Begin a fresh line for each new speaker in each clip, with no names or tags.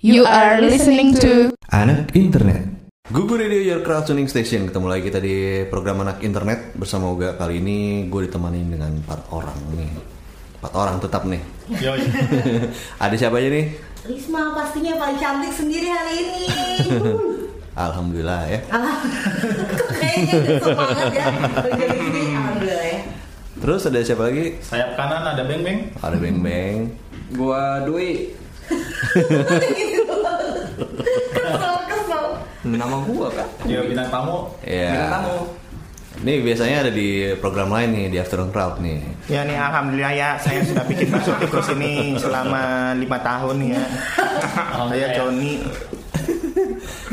You are listening to
Anak Internet.
Google Radio Your Crowd Tuning Station Ketemu lagi kita di program anak internet Bersama Uga kali ini gue ditemani dengan empat orang nih Empat orang tetap nih Ada siapa aja nih?
Risma pastinya paling cantik sendiri hari ini.
Alhamdulillah ya
Alah, Kayaknya udah semangat ya. Udah Jadi gini, alhamdulillah ya.
Terus ada siapa lagi?
Sayap kanan ada Beng Beng.
Ada Beng Beng
Gua Dwi,
Gitu. Kesel, kesel.
nama gua Kak.
Dia bintang tamu.
Bintang
Ya
tamu.
Ini biasanya ada di program lain nih Di Afternoon Crowd nih
Ya nih alhamdulillah ya saya sudah bikin masuk tikus ini selama lima tahun ya. saya Joni.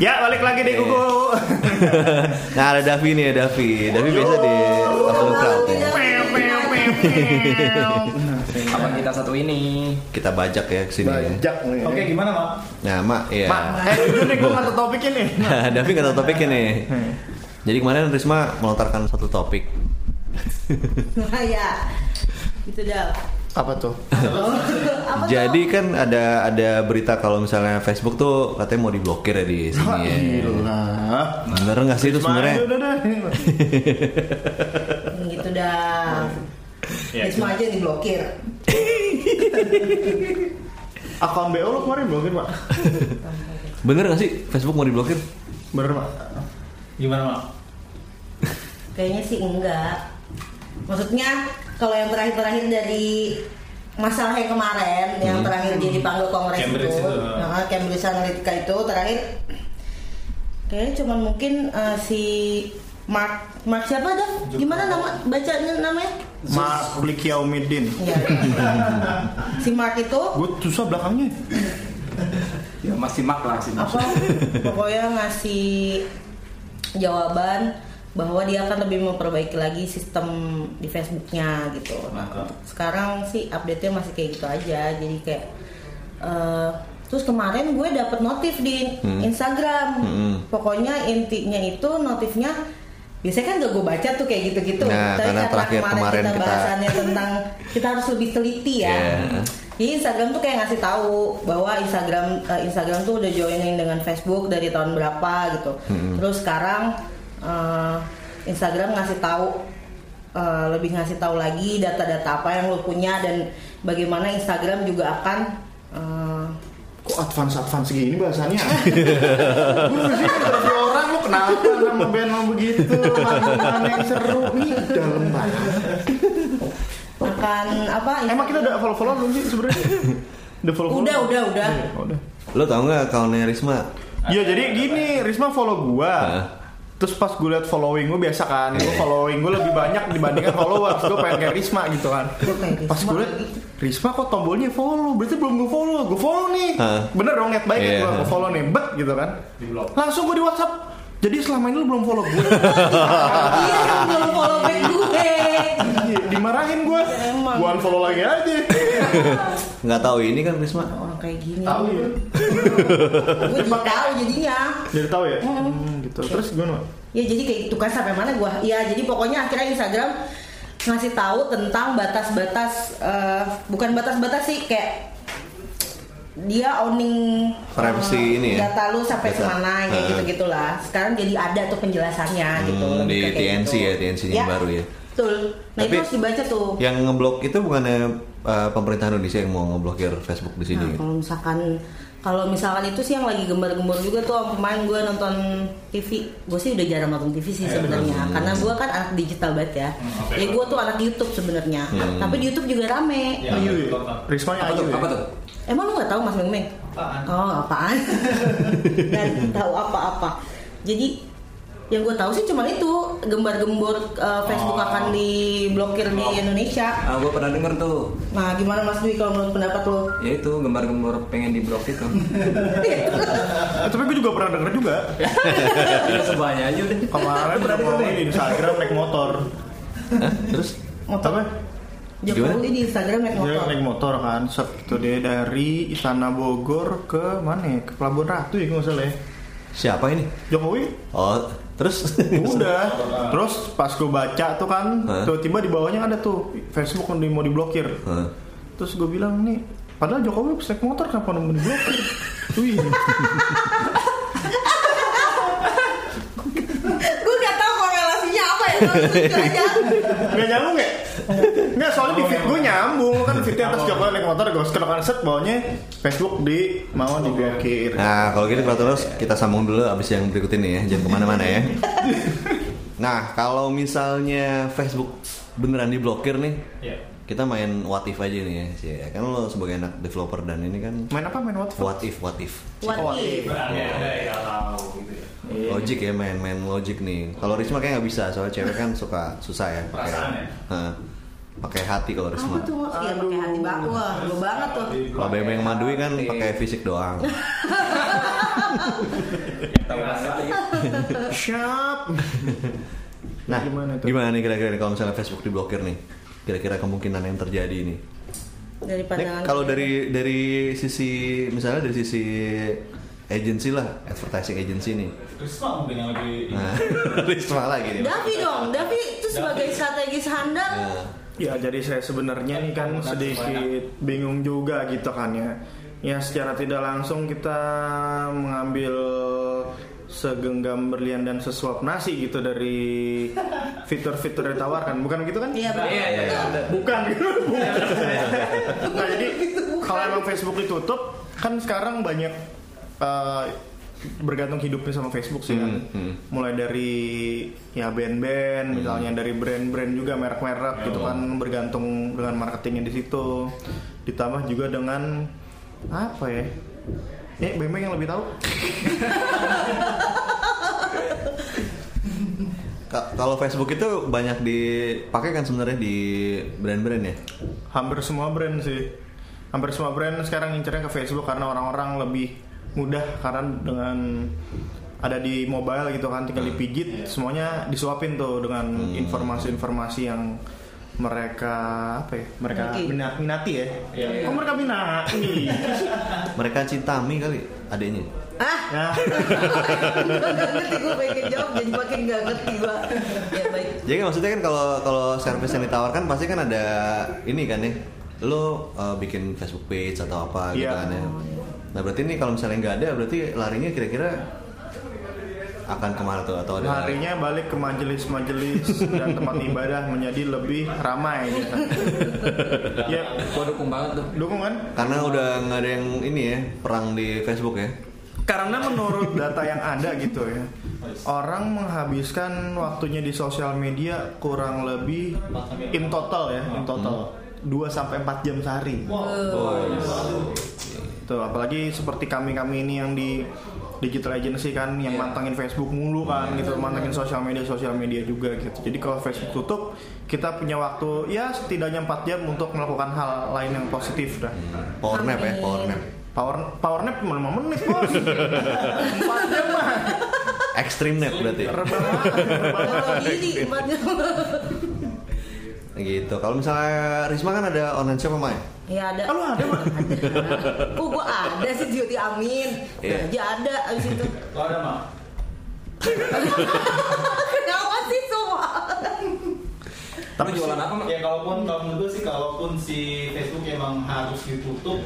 Ya balik lagi di Google.
Nah ada Davi nih ya Davi Davi biasa di Afternoon Crowd ya
Meow, meow, meow, meow.
Apa kita satu ini?
Kita bajak ya kesini ya
Bajak nih.
Oke, gimana, Mak?
Nah Mak ya
Mak, eh dulu nih gue nggak topik ini.
Nah, Davi nggak tahu topiknya nih.
Hmm.
Jadi kemarin Risma melontarkan satu topik.
Nah, ya. Gitu dah.
Apa tuh?
Apa tuh?
Jadi kan ada ada berita kalau misalnya Facebook tuh katanya mau diblokir ya di sini ya.
Nah,
Gila.
Bener nggak sih itu sebenarnya?
iya. Udah deh.
gitu dah.
Ya,
Risma aja yang diblokir.
Akun BO lu kemarin mungkin pak?
Bener nggak sih Facebook mau diblokir?
Bener pak.
Gimana, Mak?
Kayaknya sih enggak. Maksudnya kalau yang terakhir-terakhir dari masalah yang kemarin, yang terakhir dia dipanggil Kongres
Hmm. Cambridge
itu,
itu.
Nah, Cambridge Analytica itu terakhir, kayaknya cuman mungkin eh, si Mark Mark siapa dah? Gimana nama bacanya namanya?
Mark Blikiaumidin.
Iya. si Mark itu
Gue susah belakangnya.
Ya masih mak lah sih.
apa pokoknya ngasih jawaban bahwa dia akan lebih memperbaiki lagi sistem di Facebooknya gitu. Nah, untuk sekarang sih update-nya masih kayak gitu aja. Jadi kayak eh, terus kemarin gue dapet notif di Instagram.
Hmm.
Pokoknya intinya itu notifnya biasanya kan gak gue baca tuh kayak gitu-gitu.
Nah,
Tapi
karena terakhir kemarin
kita
kita-
bahasannya tentang kita harus lebih teliti ya.
Yeah.
Jadi Instagram tuh kayak ngasih tahu bahwa Instagram eh, Instagram tuh udah joining dengan Facebook dari tahun berapa gitu. Terus sekarang eh, Instagram ngasih tahu eh, lebih ngasih tahu lagi data-data apa yang lo punya dan bagaimana Instagram juga akan eh,
Kok advance advance gini bahasanya? Gue sih interview orang lu kenapa nama band lo begitu? Mana yang seru nih dalam banget.
akan apa?
Emang kita udah follow follow belum sih sebenarnya? Udah follow follow?
udah udah udah.
udah.
Lo tau nggak akunnya Risma?
Ya jadi gini, Risma follow gua.
Hah?
Terus pas gue liat following gue biasa kan,
Iya.
gue following gue lebih banyak dibandingkan followers, gue pengen kayak Risma gitu kan.
Gua kayak Risma
Pas gue liat
lagi.
Risma kok tombolnya follow, berarti belum gue follow, gue follow nih.
Hah?
Bener dong niat baik
Iya,
ya gue,
hah.
follow nih, bet gitu kan.
Di blog.
Langsung gue di WhatsApp. Jadi selama ini lu belum follow gue.
Iya, kan belum follow back gue.
Iya, Dimarahin gue.
Emang.
Gue unfollow lagi aja.
Nggak tahu ini kan Risma?
Orang kayak gini.
Tahu ya.
Gue jadi tahu jadinya.
Jadi tahu ya. Hmm, gitu. Terus gimana? Mak?
Ya jadi kayak gitu kan sampai mana gua. Ya jadi pokoknya akhirnya Instagram ngasih tahu tentang batas-batas eh, bukan batas-batas sih kayak dia owning
Privacy
eh,
ini ya?
data lu sampai
Data.
semana kayak
Eh.
gitu gitulah sekarang jadi ada tuh penjelasannya gitu
Hmm,
lebih
di
ke kayak
TNC ya, TNC yang baru ya.
betul nah itu
Tapi-
harus dibaca tuh
Yang ngeblok itu bukannya uh, pemerintah Indonesia yang mau ngeblokir Facebook di sini?
Iya.
Nah, kalau misalkan kalau misalkan itu sih yang lagi gembar-gembar juga tuh om kemarin gue nonton TV gue sih udah jarang nonton TV sih sebenarnya karena gue kan anak digital banget ya
Iya, Hmm, oke. Iya.
ya gue tuh anak YouTube sebenarnya tapi di YouTube juga rame
Ya,
Ayu ya.
tonton.
Risma
Apa
Ayu
tuh?
ya.
Apa tuh?
emang lu nggak tahu mas Meng Meng
Apaan?
oh apaan dan tahu apa-apa jadi yang gue tahu sih cuman itu gembar-gembor eh, Facebook
Ah.
akan diblokir di Indonesia
Ah, gua pernah denger tuh.
nah gimana Mas Dwi kalau menurut pendapat lo
Ya itu gembar-gembor pengen di blok itu.
Eh, tapi gue juga pernah denger juga.
Udah sebanyak Ya, aja udah.
Kemarin pernah ngomongin di Instagram naik motor.
Hah? Terus
Apa?
Jokowi di Instagram naik
Dia
motor
Iya, naik motor kan, set itu dia dari Istana Bogor ke mana ya? Ke Pelabuhan Ratu ya kalau nggak salah ya.
siapa ini?
Jokowi Iya,
Oh, terus
udah. Terus pas gue baca tuh kan,
Hah?
tiba-tiba di bawahnya ada tuh Facebook mau di- mau diblokir.
Hah?
Terus gue bilang nih, padahal Jokowi naik motor kenapa mau diblokir?
gue nggak tahu korelasinya apa ya tapi lucu aja
Nggak nyambung ya? Nggak, soalnya di feed gue nyambung Kan feednya atas Jokowi naik motor Gue sekarang set bawahnya Facebook di mau diblokir
Nah, kalau gitu
Iya,
kalau terus kita sambung dulu abis yang berikut ini ya, jangan kemana-mana ya. Nah, kalau misalnya Facebook beneran diblokir nih,
Iya.
kita main what if aja nih ya, sih. Kan lo sebagai anak developer dan ini kan
Main apa? Main what?
what if, what if. Iya.
what if
Berarti ada ya kalau gitu ya.
Iya.
Logic ya main main logic nih. Kalau Risma kayak nggak bisa, soalnya cewek kan suka susah ya. pakai-
Perasaan ya?
Heeh. Pakai hati kalau
apa
Risma.
tuh what if
Aduh.
pakai hati baku wah gue banget tuh
Kalau Bebeng sama Dwi
Iya.
kan pakai fisik doang.
Tahu banget lagi.
Siap
Nah,
Gimana
gimana,
tuh?
nih kira-kira nih kalau misalnya Facebook diblokir nih? Kira-kira kemungkinan yang terjadi nih?
dari
Nih,
pandangan
kalau dari dari sisi misalnya dari sisi agency lah, advertising agency nih.
Risma mungkin yang lebih
Nah, Risma lagi nih.
Davi dong Davi itu sebagai strategis handal
Nah,
Ya jadi saya sebenarnya nih kan sedikit bingung juga gitu kan ya. Ya secara tidak langsung kita mengambil segenggam berlian dan sesuap nasi gitu dari fitur-fitur yang ditawarkan. Bukan begitu kan?
iya
Iya, iya, iya.
Bukan. nah jadi kalau emang Facebook ditutup kan sekarang banyak eh, bergantung hidupnya sama Facebook sih kan.
Hmm, hmm.
Mulai dari ya band-band misalnya dari brand-brand juga merek-merek gitu kan bergantung dengan marketingnya di situ. Ditambah juga dengan apa ya? Eh, Bembeng yang lebih tahu.
ka- kalau Facebook itu banyak dipakai kan sebenarnya di brand-brand ya.
Hampir semua brand sih. Hampir semua brand sekarang ngincernya ke Facebook karena orang-orang lebih mudah karena dengan ada di mobile gitu kan
Hmm.
tinggal
Iya.
dipijit semuanya disuapin tuh dengan informasi-informasi yang mereka apa ya mereka
Miliki.
mina- minati ya
Iya, iya.
kok mereka minati
Mereka cintami kali adiknya.
ah
nah
Gua gak ngerti gue pengen jawab jadi makin gak ngerti gue ya baik
Jadi maksudnya kan kalau kalau service yang ditawarkan pasti kan ada ini kan ya. Lo uh, bikin Facebook page atau apa gitu
Iya.
kan ya. Nah berarti ini kalau misalnya nggak ada berarti larinya kira-kira akan kemana tuh atau ada?
harinya balik ke majelis-majelis dan tempat ibadah menjadi lebih ramai gitu. ya kan?
Gua dukung banget tuh.
dukungan
Karena udah nggak ada yang ini ya perang di Facebook ya.
Karena menurut data yang ada gitu ya, orang menghabiskan waktunya di sosial media kurang lebih in total ya, in total 2 sampai 4 jam sehari. Tuh, apalagi seperti kami-kami ini yang di digital agency kan yang mantengin Facebook mulu kan gitu, mantengin sosial media sosial media juga gitu. Jadi kalau Facebook tutup, kita punya waktu ya setidaknya 4 jam untuk melakukan hal lain yang positif dah.
Power nap ya, power nap.
Power power nap 5 menit, Bos. 4 jam mah.
Extreme nap berarti.
kalau ini tempatnya
Gitu. Kalau misalnya Risma kan ada online shop sama ya?
ya ada
Ah, lu ada, Mak?
ada kok gue ada sih Jody Amin
Iya.
yeah. aja ada abis itu
Kalau ada mah
kenapa sih semua
Tapi jualan apa, Mak?
Ya kalaupun kalau menurut gue sih kalaupun si Facebook emang harus ditutup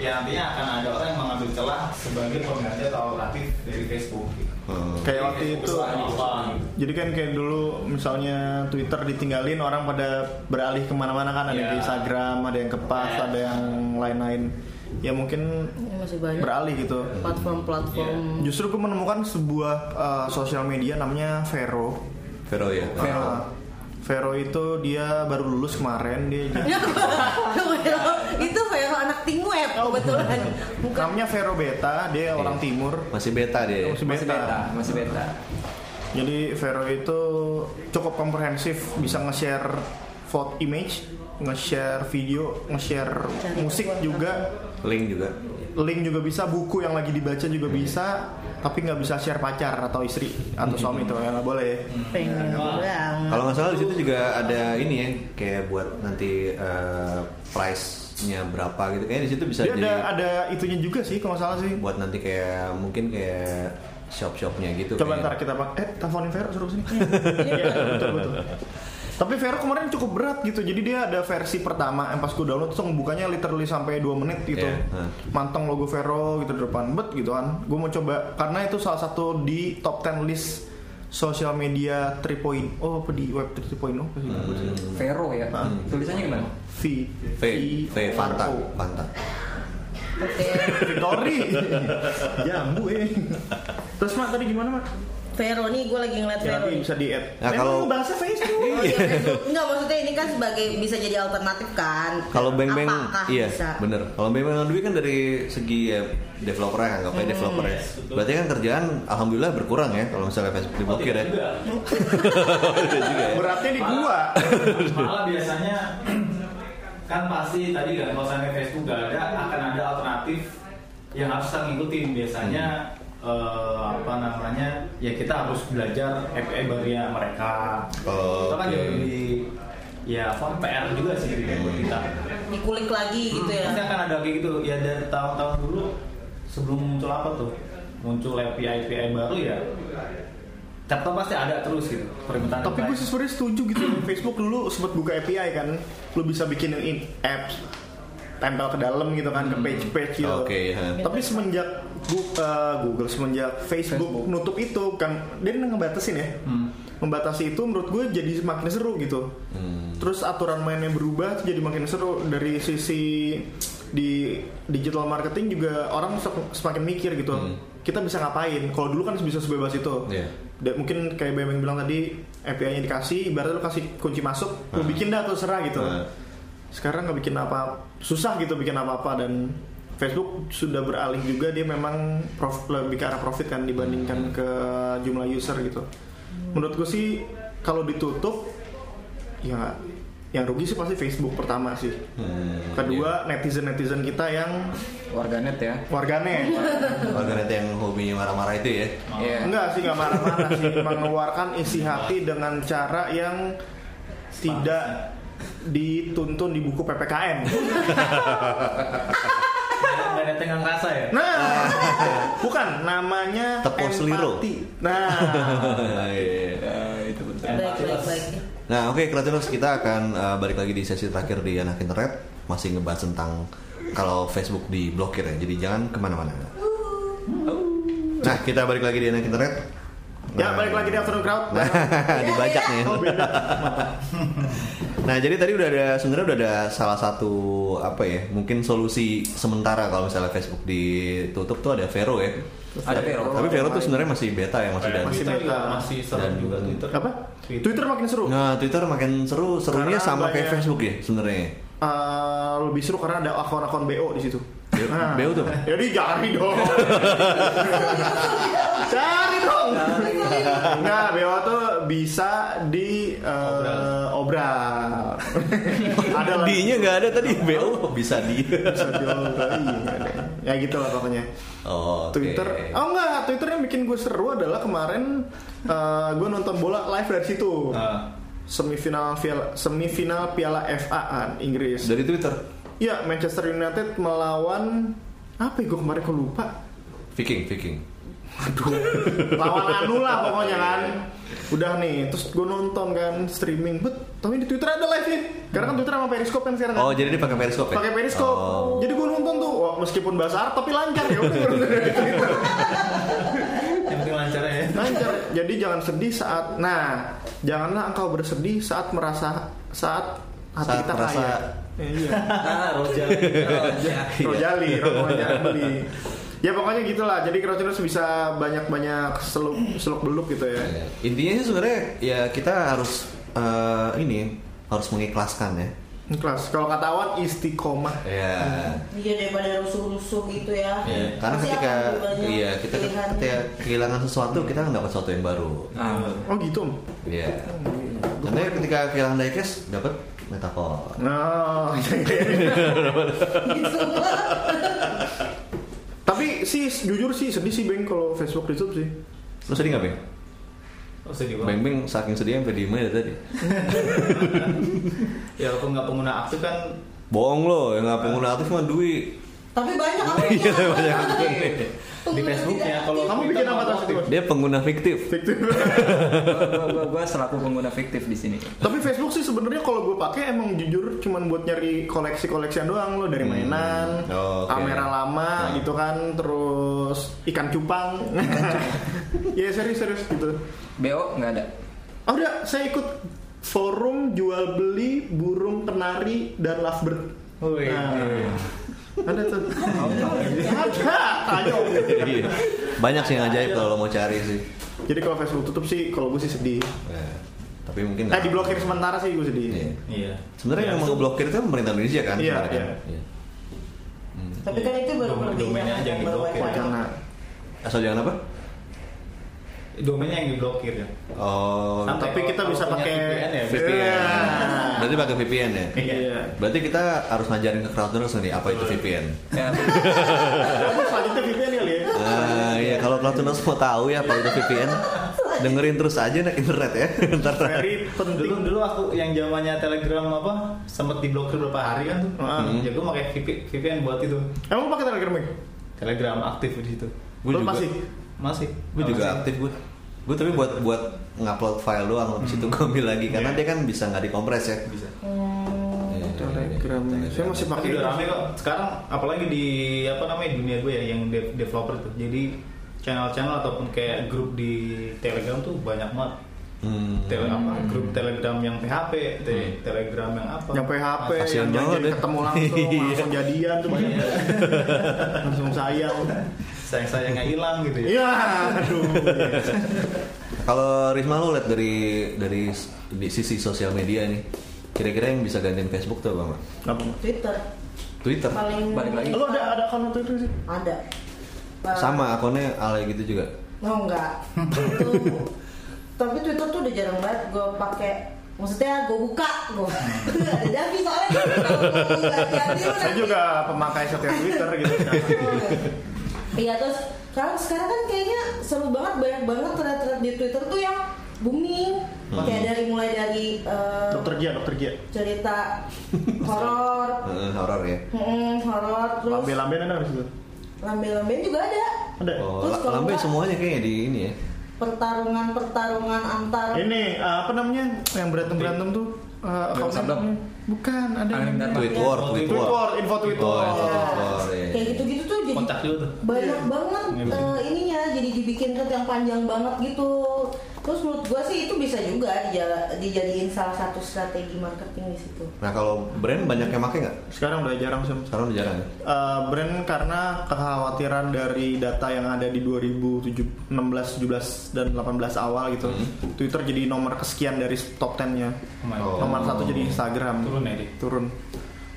ya nantinya akan ada orang yang mengambil celah sebagai pengganti atau alternatif dari Facebook. gitu.
Hmm.
Kayak waktu
Jadi
itu
Facebook selain apa, gitu.
jadi kan kayak dulu misalnya Twitter ditinggalin orang pada beralih kemana-mana kan ada yang ke
Ya.
Instagram, ada yang ke pas,
Ya.
ada yang lain-lain. Ya mungkin
Ini masih banyak
beralih gitu.
platform-platform
Justru gue menemukan sebuah eh, sosial media namanya Vero.
Vero ya.
Vero. Vero itu dia baru lulus kemarin dia. jadi-
Iya.
Ya, Vero. itu Vero anak tim web kebetulan bukan
namanya Vero Beta, dia orang Timur.
Masih beta dia. ya?
Masih
Masih beta, masih beta.
Jadi Vero itu cukup komprehensif bisa nge-share foto image, nge-share video, nge-share musik juga,
Link juga.
link juga bisa, buku yang lagi dibaca juga bisa, tapi nggak bisa share pacar atau istri atau suami itu ya nggak boleh ya.
pengen
Iya.
banget
Kalau nggak salah di situ juga ada ini ya, kayak buat nanti eh, price-nya berapa gitu. Kayaknya di situ bisa
Dia
jadi
ada ada itunya juga sih kalau nggak salah sih.
buat nanti kayak mungkin kayak shop-shopnya gitu.
Coba
kayaknya.
ntar kita pakai eh teleponin Vero suruh sini. Iya, betul betul. Tapi Vero kemarin cukup berat gitu. Jadi dia ada versi pertama yang pas gue download tuh bukanya literally sampai 2 menit gitu.
Iya, heeh.
Manteng logo Vero gitu di depan bet gitu kan. Gue mau coba karena itu salah satu di top 10 list sosial media 3.0 apa di web 3.0 apa sih?
Hmm.
Gua sih.
Vero ya. Tulisannya gimana?
V
V, V, Fanta, Fanta.
Oke.
Victory. Jambu eh. Terus Mak tadi gimana Mak?
Vero nih gue lagi ngeliat
Ya,
Vero.
nanti
nih.
bisa di add.
Nah, kalau-
bahasa Facebook.
Oh, iya, Facebook. Enggak maksudnya ini kan sebagai bisa jadi alternatif kan.
Kalau Bang Bang
Apakah
iya
bisa?
bener. Kalau Bang Bang Dwi kan dari segi ya, developer ya anggapnya
Hmm.
developer ya. Berarti kan kerjaan alhamdulillah berkurang ya kalau misalnya Facebook diblokir ya.
Juga.
Beratnya di gua.
malah biasanya kan pasti tadi kan kalau misalnya Facebook gak ada akan ada alternatif yang harus kita ngikutin biasanya eh, apa namanya ya kita harus belajar FE barunya mereka
Oh,
kita kan
oke.
juga di ya form PR juga sih di buat kita
Dikulik lagi gitu
Hmm.
ya.
pasti akan ada kayak gitu ya dari tahun-tahun dulu sebelum muncul apa tuh muncul API API baru ya Captain pasti ada terus gitu permintaan
Tapi gue sih sebenarnya setuju gitu. Facebook dulu sempat buka API kan. Lu bisa bikin in apps tempel ke dalam gitu kan ke page-page gitu.
Oke, ya.
Tapi semenjak Gu- eh, Google semenjak Facebook, nutup itu kan dia ngebatasin ya. Membatasi itu menurut gue jadi makin seru gitu.
Hmm.
Terus aturan mainnya berubah jadi makin seru dari sisi di digital marketing juga orang se- semakin mikir gitu. Kita bisa ngapain? Kalau dulu kan bisa sebebas itu.
Iya.
Da- mungkin kayak Bemeng bilang tadi API-nya dikasih, ibaratnya lu kasih kunci masuk, lu bikin dah terserah gitu.
Ah.
Sekarang nggak bikin apa susah gitu bikin apa-apa dan Facebook sudah beralih juga dia memang prof- lebih ke arah profit kan dibandingkan ke jumlah user gitu. Menurut gue sih kalau ditutup ya yang rugi sih pasti Facebook pertama sih.
Hmm,
Kedua netizen-netizen kita yang
Warganet ya.
warganet.
Warganet yang hobinya marah-marah itu ya.
Iya.
Enggak sih enggak marah-marah sih mengeluarkan isi hati dengan cara yang tidak dituntun di buku PPKM.
nggak ada tenggang rasa ya
Nah, bukan namanya
Tepo seliro.
Nah,
Iya,
Ya, itu betul.
Baik baik baik.
Nah, oke Kreatiners kita akan eh, balik lagi di sesi terakhir di anak internet masih ngebahas tentang kalau Facebook diblokir ya. Jadi jangan kemana-mana. Nah, kita balik lagi di anak internet.
ya
Nah,
balik lagi di Afternoon Crowd.
Nah, dibajak nih.
Oh, beda.
Nah, jadi tadi udah ada sebenarnya udah ada salah satu apa ya? Mungkin solusi sementara kalau misalnya Facebook ditutup tuh ada Vero ya.
Ada Vero.
Tapi Vero tuh sebenarnya masih beta ya, masih dan
masih
Twitter
juga
juga
masih seru
dan-
juga Twitter
Apa? Twitter makin seru.
Nah, Twitter makin seru, serunya
Karena
sama kayak
banyak-
Facebook ya sebenarnya.
Eh, lebih seru karena ada akun-akun BO di situ. Nah.
B- BO tuh apa?
Jadi cari dong. cari dong. Nah, BO tuh bisa di eh, obral. ada lah.
D-nya nggak ada tadi, BO bisa di.
Bisa di obral, iya, ada. Ya gitu lah pokoknya.
Oh, oke.
Twitter. Oh enggak, Twitter yang bikin gue seru adalah kemarin eh, gue nonton bola live dari situ.
Ah.
Semifinal Piala semifinal Piala FA kan, Inggris.
Dari Twitter,
Ya Manchester United melawan apa ya gue kemarin kok lupa
Viking, Viking.
lawan Anu lah pokoknya kan
Iya,
udah nih terus gue nonton kan streaming bet tapi di Twitter ada live nya karena kan Twitter sama Periscope kan sekarang kan?
Hmm. Oh, jadi dia pakai Periscope ya?
pakai Periscope
Oh.
jadi gue nonton tuh wah, meskipun bahasa Arab tapi lancar ya udah gua nonton dari Twitter.
yang penting lancar ya
lancar jadi jangan sedih saat nah janganlah engkau bersedih saat merasa saat hati
Saat
kita
merasa-
kaya Eh, iya
Ah, Roja. Roja.
Rojali, Rombongan Jalan Beli. Ya pokoknya gitulah. Jadi Crowdtuners bisa banyak-banyak seluk seluk beluk gitu ya.
Ya, Intinya sih sebenarnya ya kita harus eh, ini harus mengikhlaskan ya.
Kelas. Kalau kata awan istiqomah.
Ya.
Iya daripada rusuh-rusuh gitu ya.
Ya, Karena
Pasti
ketika
akan lebih banyak
iya kita
pilihan.
ketika kehilangan sesuatu kita akan dapat sesuatu yang baru.
Ah,
Oh gitu. Om.
Iya. Karena ketika kehilangan diecast dapat metafor.
Nah.
Gitu.
Tapi sih jujur sih sedih sih Beng kalau Facebook ditutup sih.
Lu sedih nggak Beng?
oh, sedih banget
Beng Beng saking sedihnya sampai diem aja tadi.
ya walaupun nggak pengguna aktif kan
Bohong lo, yang nggak pengguna aktif mah Dwi.
Tapi banyak apa
Iya, tapi banyak.
Di Facebook ya, kalau
Kamu bikin apa tas itu?
Dia pengguna fiktif.
Gua- gua- gua selaku pengguna fiktif di sini.
Tapi Facebook sih sebenarnya kalau gue pakai emang jujur cuman buat nyari koleksi-koleksian doang lo dari mainan,
Oh, oke.
kamera
Nah.
lama gitu kan, terus ikan cupang. Iya serius-serius gitu.
BO nggak ada.
Oh, udah saya ikut forum jual beli burung kenari dan lovebird.
Wih.
Nah, ada tuh. Ada, ayo.
Iya. Banyak sih yang ajaib kalau lo mau cari sih.
Jadi kalau Facebook tutup sih, kalau gue sih sedih.
Eh, tapi mungkin
Eh Iya. diblokir sementara sih gue sedih.
Iya.
Iya.
Sebenarnya yang mau blokir itu pemerintah Indonesia kan?
Iya,
sebenarnya kan?
iya.
Tapi kan itu baru
Domain-
pergi,
domainnya aja gitu. yang
baru
diblokir.
website.
Wacana.
Asal jangan apa?
Domainnya yang diblokir ya.
Oh,
Sampai
Tapi
kalau-
kita bisa
kalau punya
pakai
VPN ya,
VPN. Berarti pakai VPN ya?
Iya. Iya.
Berarti kita harus ngajarin ke crowdners nih apa itu VPN.
Ya,
Terus selanjutnya VPN kali ya.
Ah, iya kalau crowdners mau tahu ya apa itu VPN, dengerin terus aja nih internet ya. Ntar
Very penting.
Dulu dulu aku yang zamannya Telegram apa sempet diblokir beberapa hari kan tuh.
Hmm.
Ya gue pakai VP- VPN buat itu.
Emang lu pakai Telegram Mik?
Telegram aktif di situ.
Gua
Lu
juga.
masih?
Masih.
gue juga aktif gue. Gue tapi buat buat ngupload file doang habis
Hmm.
itu gue ambil lagi
Iya.
karena dia kan bisa nggak dikompres ya.
Bisa.
Hmm.
Iya, iya, iya.
Telegram. Saya masih
Tapi
pakai.
udah rame kok. Sekarang apalagi di apa namanya dunia gue ya yang dev- developer tuh. Jadi channel-channel ataupun kayak grup di Telegram tuh banyak banget.
Hmm.
Tele- apa, grup Telegram yang PHP, te- Telegram yang apa?
Yang PHP,
Kasian
yang
banget
janjian
ya.
ketemu langsung, langsung jadian tuh banyak. langsung sayang.
Sayang sayangnya hilang gitu ya.
Iya, aduh.
Kalau Risma lu lihat dari dari s- di sisi sosial media nih, kira-kira yang bisa gantiin Facebook tuh apa? Mak?
Apa?
Twitter
Twitter.
paling
Balik lagi.
Lu ada ada akun Twitter sih?
ada. Eh,
Sama akunnya Ale gitu juga.
Oh enggak. Itu tapi Twitter tuh udah jarang banget gue pakai maksudnya gue buka gue ada Davi soalnya kalau gua buka hati-hati lu
Saya
nanti.
juga pemakai setiap Twitter gitu.
Iya terus sekarang sekarang kan kayaknya seru banget banyak banget thread-thread di Twitter tuh yang booming kayak dari mulai dari eh,
Hmm. dokter Gia, dokter Gia.
cerita horor
Heeh, horor ya.
mm, horor terus
Lambe-lambe ada nggak di situ?
lambe-lambe juga ada
Ada.
Oh,
Terus
la-
kalau
lambe
enggak-
semuanya kayaknya di ini ya.
pertarungan pertarungan antar
Ini eh, apa namanya yang berantem berantem tuh? eh,
Duel
apa
sabdam.
namanya? Bukan ada.
Angin Dharma.
Tweet war, tweet
Tweet
war.
war, info tweet
Oh,
war.
info tweet war. ya.
kayak gitu. gitu-gitu tuh jadi
Kontak dulu tuh.
banyak banget eh, ininya jadi dibikin tuh yang panjang banget gitu terus menurut gua sih itu bisa juga dijala- dijadiin salah satu strategi marketing di situ
Nah kalau brand banyak yang make nggak?
Sekarang udah jarang sih.
Sekarang udah jarang. ya?
Eh, brand karena kekhawatiran dari data yang ada di 2016, 17 dan 18 awal gitu. Twitter jadi nomor kesekian dari top 10-nya.
Oh.
Lumayan.
Nomor satu jadi Instagram.
Turun ya, Dik?
Turun.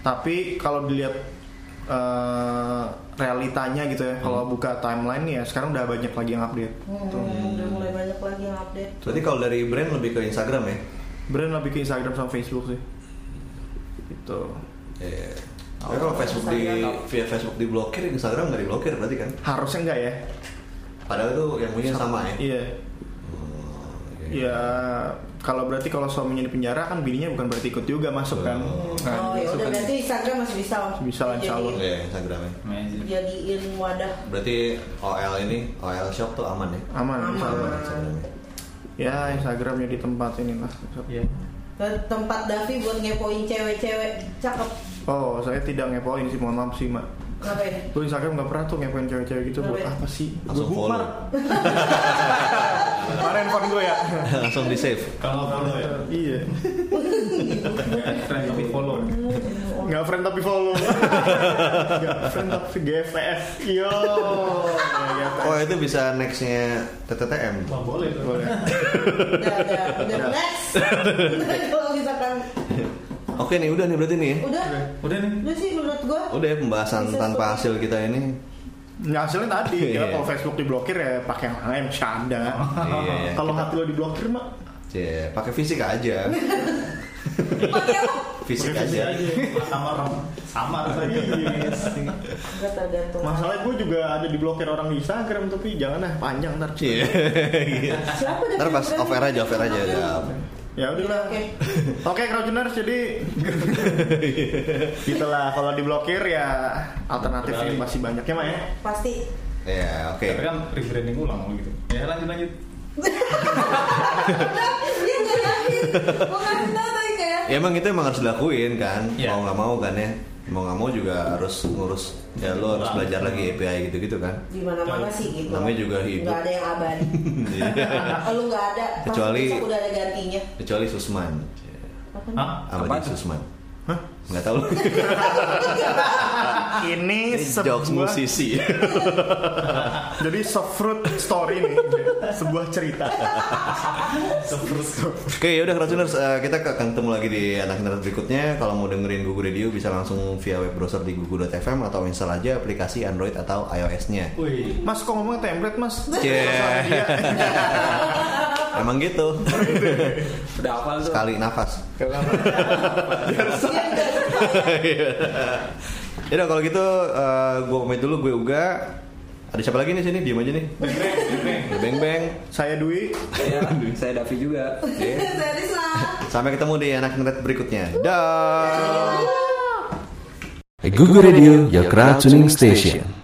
Tapi kalau dilihat eh, realitanya gitu ya, kalau buka timeline ya sekarang udah banyak lagi yang update.
Hmm, udah mulai banyak lagi yang update
Berarti kalau dari brand lebih ke Instagram ya.
Brand lebih ke Instagram sama Facebook sih. Gitu.
Iya. Tapi kalau Facebook di via Facebook diblokir, Instagram nggak diblokir berarti kan?
Harusnya enggak ya?
Padahal itu yang punya sama ya.
Iya.
Oh, oke.
Ya kalau berarti kalau suaminya di penjara kan bininya bukan berarti ikut juga masuk kan.
oh
Nah,
ya udah
suka-
berarti Instagram masih bisa
Masih bisa lah, insya Allah.
dijadiin-
Iya, Instagram ya.
Amazing.
jadiin wadah
Berarti OL ini, OL shop tuh aman ya?
Aman, insya Allah.
Aman Instagram ya.
Ya Instagram jadi tempat ini lah.
Iya.
Dan tempat Davi buat ngepoin cewek-cewek cakep
Oh saya tidak ngepoin sih mohon maaf sih mak.
ngapain
Gue Instagram nggak pernah tuh ngepoin cewek-cewek gitu buat
Kenapa ya?
apa sih?
Langsung
Gue
follow.
boomer. Kemarin handphone gue ya.
Langsung di save.
Kalau nggak follow ya,
iya.
nggak friend tapi follow.
Nggak friend tapi follow. Nggak friend tapi GFF. Yo. Ya, ya.
Oh itu bisa nextnya TTTM.
Wah, boleh tuh.
Boleh.
udah udah udah
Udah.
next kalau misalkan
Oke nih udah nih berarti nih. ya.
udah
Udah nih.
udah sih menurut gua
Udah ya pembahasan
Bisa
tanpa
semua.
hasil kita ini.
Ya hasilnya tadi,
Iya.
ya, kalau Facebook diblokir ya pakai yang lain, canda.
Iya, iya.
Kalau hati lo diblokir mak,
Cie, pakai fisik aja.
pakai apa
Fisik
Pakai fisik
aja.
aja.
Sama orang. Sama rasanya.
nggak tergantung
Iya, Masalahnya gue juga ada diblokir orang di Instagram tapi jangan ah panjang ntar.
Cie.
siapa
Ntar pas
Davi?
off air aja, off air aja. Udah.
Ya udahlah.
Oke.
Oke, Crowdtuners, jadi gitulah kalau diblokir ya alternatifnya masih banyak ya, Mak ya.
Pasti
Ya, oke.
Tapi kan rebranding ulang gitu. Ya lanjut lanjut.
dia nggak yakin gue kasih tau tadi kayak
Ya emang itu emang harus dilakuin kan,
Iya.
mau nggak mau kan ya, mau nggak mau juga harus ngurus ya lo harus belajar lagi API gitu-gitu kan.
di mana mana sih gitu
Namanya juga hidup.
nggak ada yang abadi
Iya.
oh, lu nggak ada Pasti
Kecuali-
besok udah ada gantinya
Kecuali Susman,
Hah?
Abadi Susman.
Hah?
Nggak tahu.
Ini
Jokes
sebuah
musisi.
jadi soft fruit story nih, sebuah cerita.
Oke, yaudah Krasuners, eh, kita akan ketemu lagi di anak nerd berikutnya. Kalau mau dengerin Gugu Radio bisa langsung via web browser di gugu.fm atau install aja aplikasi Android atau iOS-nya.
Wih.
Mas kok ngomong template, Mas? Iya.
Cie. Emang gitu.
Udah hafal tuh.
Sekali nafas.
Dia nggak ada.
Iya. Yaudah kalau gitu eh, gua pamit dulu gue Uga. Ada siapa lagi nih sini? Diam aja nih. The Beng Beng.
Saya Dwi.
Saya, saya Davi juga.
Dari Islam.
Sampai ketemu di anak nerd berikutnya. Dah.
Google Radio, your crowd tuning station.